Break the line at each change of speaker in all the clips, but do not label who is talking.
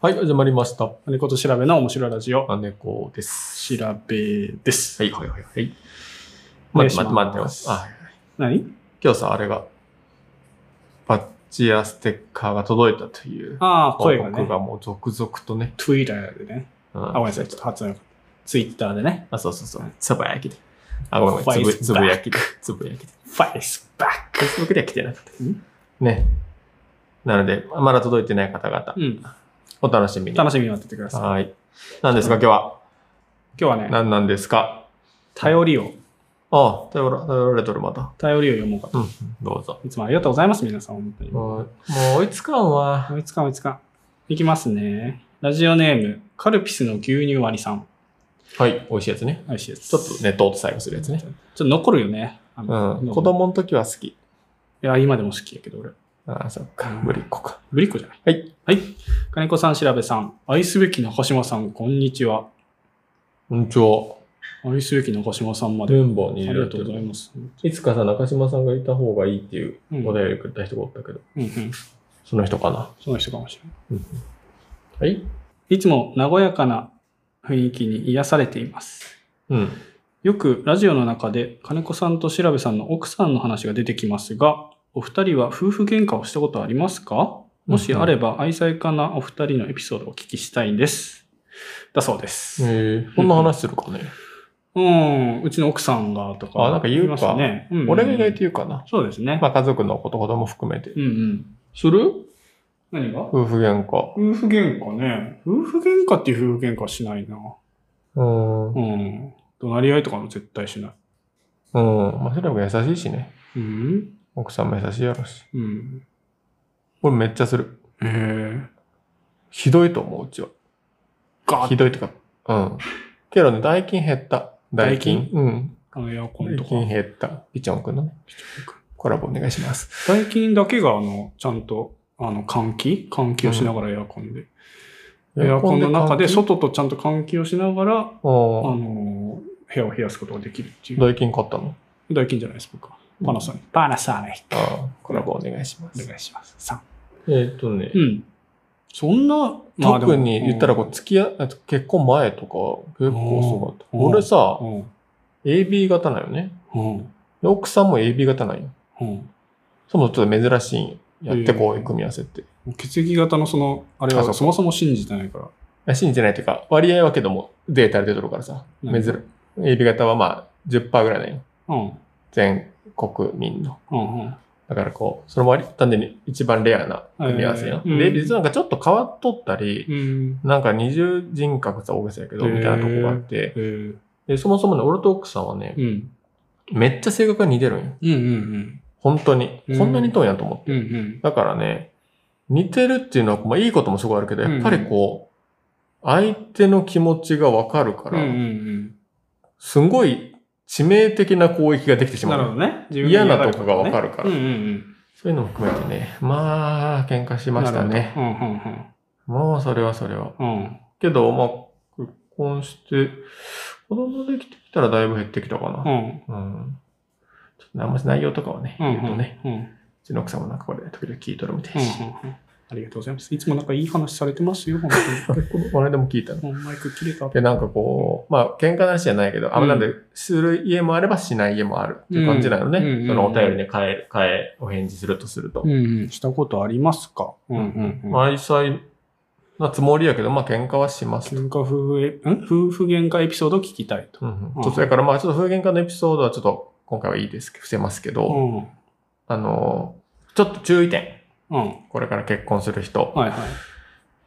はい、始まりました。
姉子と調べの面白いラジオ、
姉子です。
調べです。
はい、はい、はい。はい。
お願
待
い
っ、
し
待っ
てます
て、待ってます。あ、
何
今日さ、あれが、バッジやステッカーが届いたという、
ああ、声が
報告
ね、
がもう続々とね。
Twitter でね、
うん
あ、ごめんなさい、ちょっと発音よかった。Twitter でね、
あ、そうそうそう
はい。
つぶやきで。あ、ごめんごめん、つぶ
Facebook
つぶやきで。つぶやきで。
Face Back!
フェイスブックでは来てなかった
ん。
ね。なので、まだ届いてない方々
う、ん、
お楽しみに。
楽しみに待っててください。
はい。何ですか、今日は。
今日はね、
何なんですか。
頼りを、
あ、頼ら頼られとる、また。
頼りを読もうかと。
うん、どうぞ。
いつもありがとうございます、皆さん、本当に。も
もう、もう追いつかんわ。
ういつか、もういつか。いきますね。ラジオネーム、カルピスの牛乳割りさん。
はい、美味しいやつね。
美味しいです。
ちょっと熱湯と最後するやつね
ち。ょっと残るよね。あ
う
の
ん。子。供の時は好き。
いや、今でも好きやけど、俺。
ああ、そっか。ぶりっ子か。
ぶりっ子じゃない。
はい。
はい。金子さん、調べさん。愛すべき中島さん、こんにちは。
うん、ちょ。
愛すべき中島さんまで。
文房
あ
に
り
入れら
が
れて
とうござい
る。
ます。うん
いつかさ、中島さんがいた方がいいっていう
うん
お便りくれた人がおったけど、
うん。
その人かな。
その人かもしれな
はい
い。いつも和やかな雰囲気に癒されています。
うん。
よくラジオの中で金子さんと調べさんの奥さんの話が出てきますが、お二人は夫婦喧嘩をしたことありますかもしあれば愛妻家なお二人のエピソードをお聞きしたいんです。だそうです。
えー、こんな話するかね。
うん、うちの奥さんがとか。
あなんか言うか
いますね。うんうん
俺が意外と言うかな。
そうですね。
まあ、家族のこと、子供含めて。
うんうん。
する
何が
夫婦喧嘩。
夫婦喧嘩ね。夫婦喧嘩っていう夫婦喧嘩はしないな。
うん。うん。
うん。怒鳴り合いとかも絶対しない。
まあ、それも優しいしね。
うん
奥さんも優しいやろし。
うん。
俺めっちゃする。
へえ。
ひどいと思う、うちは。
ガ
ひ
ッ
どいとか。うん。けどね、代金減った。代金。うん。
あのエアコン
代
とか。
金減った。ピチョンくんのね。コラボお願いします。
最近だけが、あの、ちゃんと、あの、換気換気をしながらエアコンで。エアコンの中で、
換気
外とちゃんと換気をしながら、あ
う
の、部屋を冷やすことができるってい
ん。
う。
代金買ったの。
大金じゃないです、僕は。パナソニック。パナソニック。
ああ、コラボお願いしま
お
す。
願いします。さ
えーっとね
う、ん。そんな、でも
特に言ったら、こう、付き合い、あと結婚前とか、結構そうだった。
うん
俺さ
う、ん。
AB 型なんよね。
うん。
で奥さんも AB 型なんよ。
うん。
そもそもちょっと珍しいんよやって、
えー
こういう組み合わせって。
もう血液型のその、あれ
あそう
は
か
そもそも信じてないから。
いや信じてないというか、割合はけども、データで出とるからさ。
うん
珍、AB 型はまあ、10%ぐらいなんよ。
うん。
全国民の。
うんうん。
だからこう、その割り、単純に一番レアな組み合わせや。
えーうん
で、実はなんかちょっと変わっとったり、
うん。
なんか二重人格さ大げさやけど、
えー
みたいなとこがあって、
えー、
で、そもそもね、俺と奥さんはね
う、ん。
めっちゃ性格が似てるんよ。
うんうん
本当に。
うん
こんなに似とんやと思って。
うん。うんうん。
だからね、似てるっていうのは、まあいいこともすごいあるけど、やっぱりこう、相手の気持ちがわかるか
うんう
ら、
ん
すごい致命的な攻撃ができてし
うん。なるほ
ま
ど
う。
ね。自分
嫌なとこがわか
る
るか
う
ら
ん。うん
そういうのも含めてね、まあ、喧嘩し
うん。
ましたね。
なるほど。う
まあ、それはそれは。
んうんうん。うん。
けど、まあ、結婚して、子供できてきたらだいぶ減ってきたか
う
な。
ん。
うん。ちょっとね、あんまし内容とかはね、
うん
言うとね、
うんうん
うちの奥さんもなんかこれ、時々聞いとるみた
う
い
ん
し。
うん。ありがとうございます。いつもなんかいい話されてますよ、本当
結構、この間も聞いたの。
に。もうマイク切れた。
で、なんかこう、まあ、喧嘩なしじゃないけど、あ、
うん
なんで、する家もあればしない家もあるっていう感じなのね。
うんうんうん
そのお便りで変え、変え、お返事するとすると。
うんうん。したことありますかうんうんうん。
愛妻なつもりやけど、まあ、喧嘩はしますと。
喧嘩夫婦え、ん夫婦喧嘩エピソードを聞きたいと。
うん
う
うんん、そうだからまあちょっと風喧嘩のエピソードはちょっと今回はいいですけど、伏せますけど、
うん。
あのー、ちょっと注意点。
うん。
これから結婚する人
はいはい。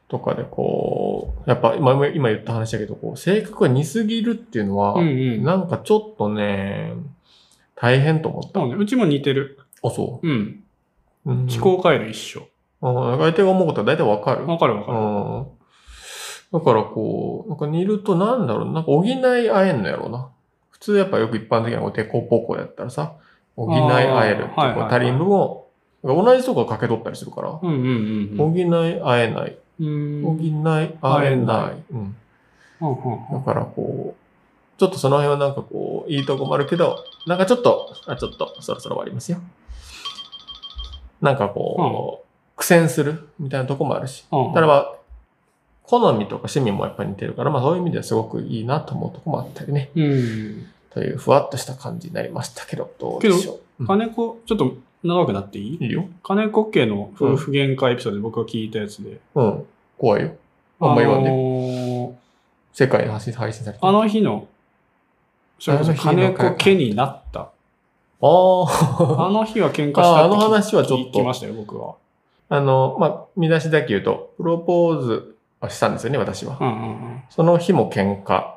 とかでこう、やっぱ今も今言った話だけど、こう、性格が似すぎるっていうのは、
うんうん。
なんかちょっとね、大変と思った。
そうね、うちも似てる。
あ、そ
うん。
う。うん
思。考回路一緒。
うん相手が思うことは大体わかる。
わかるわ
う
かる。
ん。だからこう、なんか似るとなんだろう、なんか補い合えんのやろうな。普通やっぱよく一般的なこうデコポコやったらさ、補い合えるって
あーはいいうはい
こ
は
う
い
足りん分を、同じとこはかけ取ったりするから、
うんうんうん
補い合えない、
うん。
補
うん。
い合えない。うん。
うん
だからこう、ちょっとその辺はなんかこう、いいとこもあるけど、なんかちょっと、あ、ちょっと、そろそろ終わりますよ。なんかこう、苦戦するみたいなとこもあるし。
うんうん。
ただまあ、好みとか趣味もやっぱり似てるから、まあそういう意味ではすごくいいなと思うとこもあったりね。
うん。
というふわっとした感じになりましたけど、どうでしょう。うん
金子、ちょっと長くなってい
い
い
いよ。
金子家の夫婦喧嘩エピソードで僕が聞いたやつで。
うん。怖いよ。あんま言わんで。
あのー
世界に発信配信されてる。
あの日の、それこそ金
あの日
子
の
家になった。
あ
あの日は喧嘩した
あ、あの
って
話はちょ
聞
っ
き
と
ま、したよ、僕は。
あの、まあ、見出しだけ言うと、プロポーズはしたんですよね、私は。
うんうんうん。
その日も喧嘩。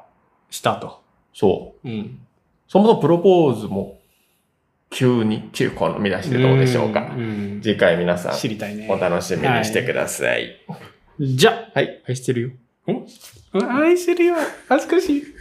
したと。
そう。
うん。
そもそもプロポーズも、急に、急この見出しでどうでしょうか
ん。ん
次回皆さん、
知りたいね。
お楽しみにしてください。
じゃ
はい、愛してるよ。
あ愛してるよ。恥ずかしい。